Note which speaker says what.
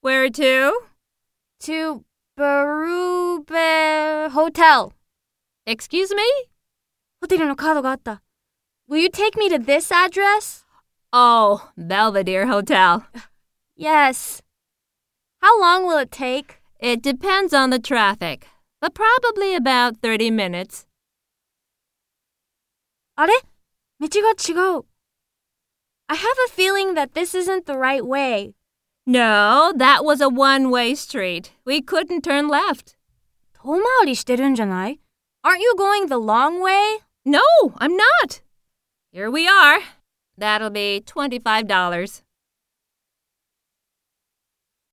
Speaker 1: Where to?
Speaker 2: To Barube Hotel.
Speaker 1: Excuse me?
Speaker 2: ホテルのカードがあった。Will you take me to this address?
Speaker 1: Oh, Belvedere Hotel.
Speaker 2: Yes. How long will it take?
Speaker 1: It depends on the traffic, but probably about 30 minutes.
Speaker 2: あれ道が違う。I have a feeling that this isn't the right way.
Speaker 1: No, that was a one way street. We couldn't turn left.
Speaker 2: 遠回りしてるんじゃない ?Aren't you going the long way?
Speaker 1: No, I'm not. Here we are. That'll be $25.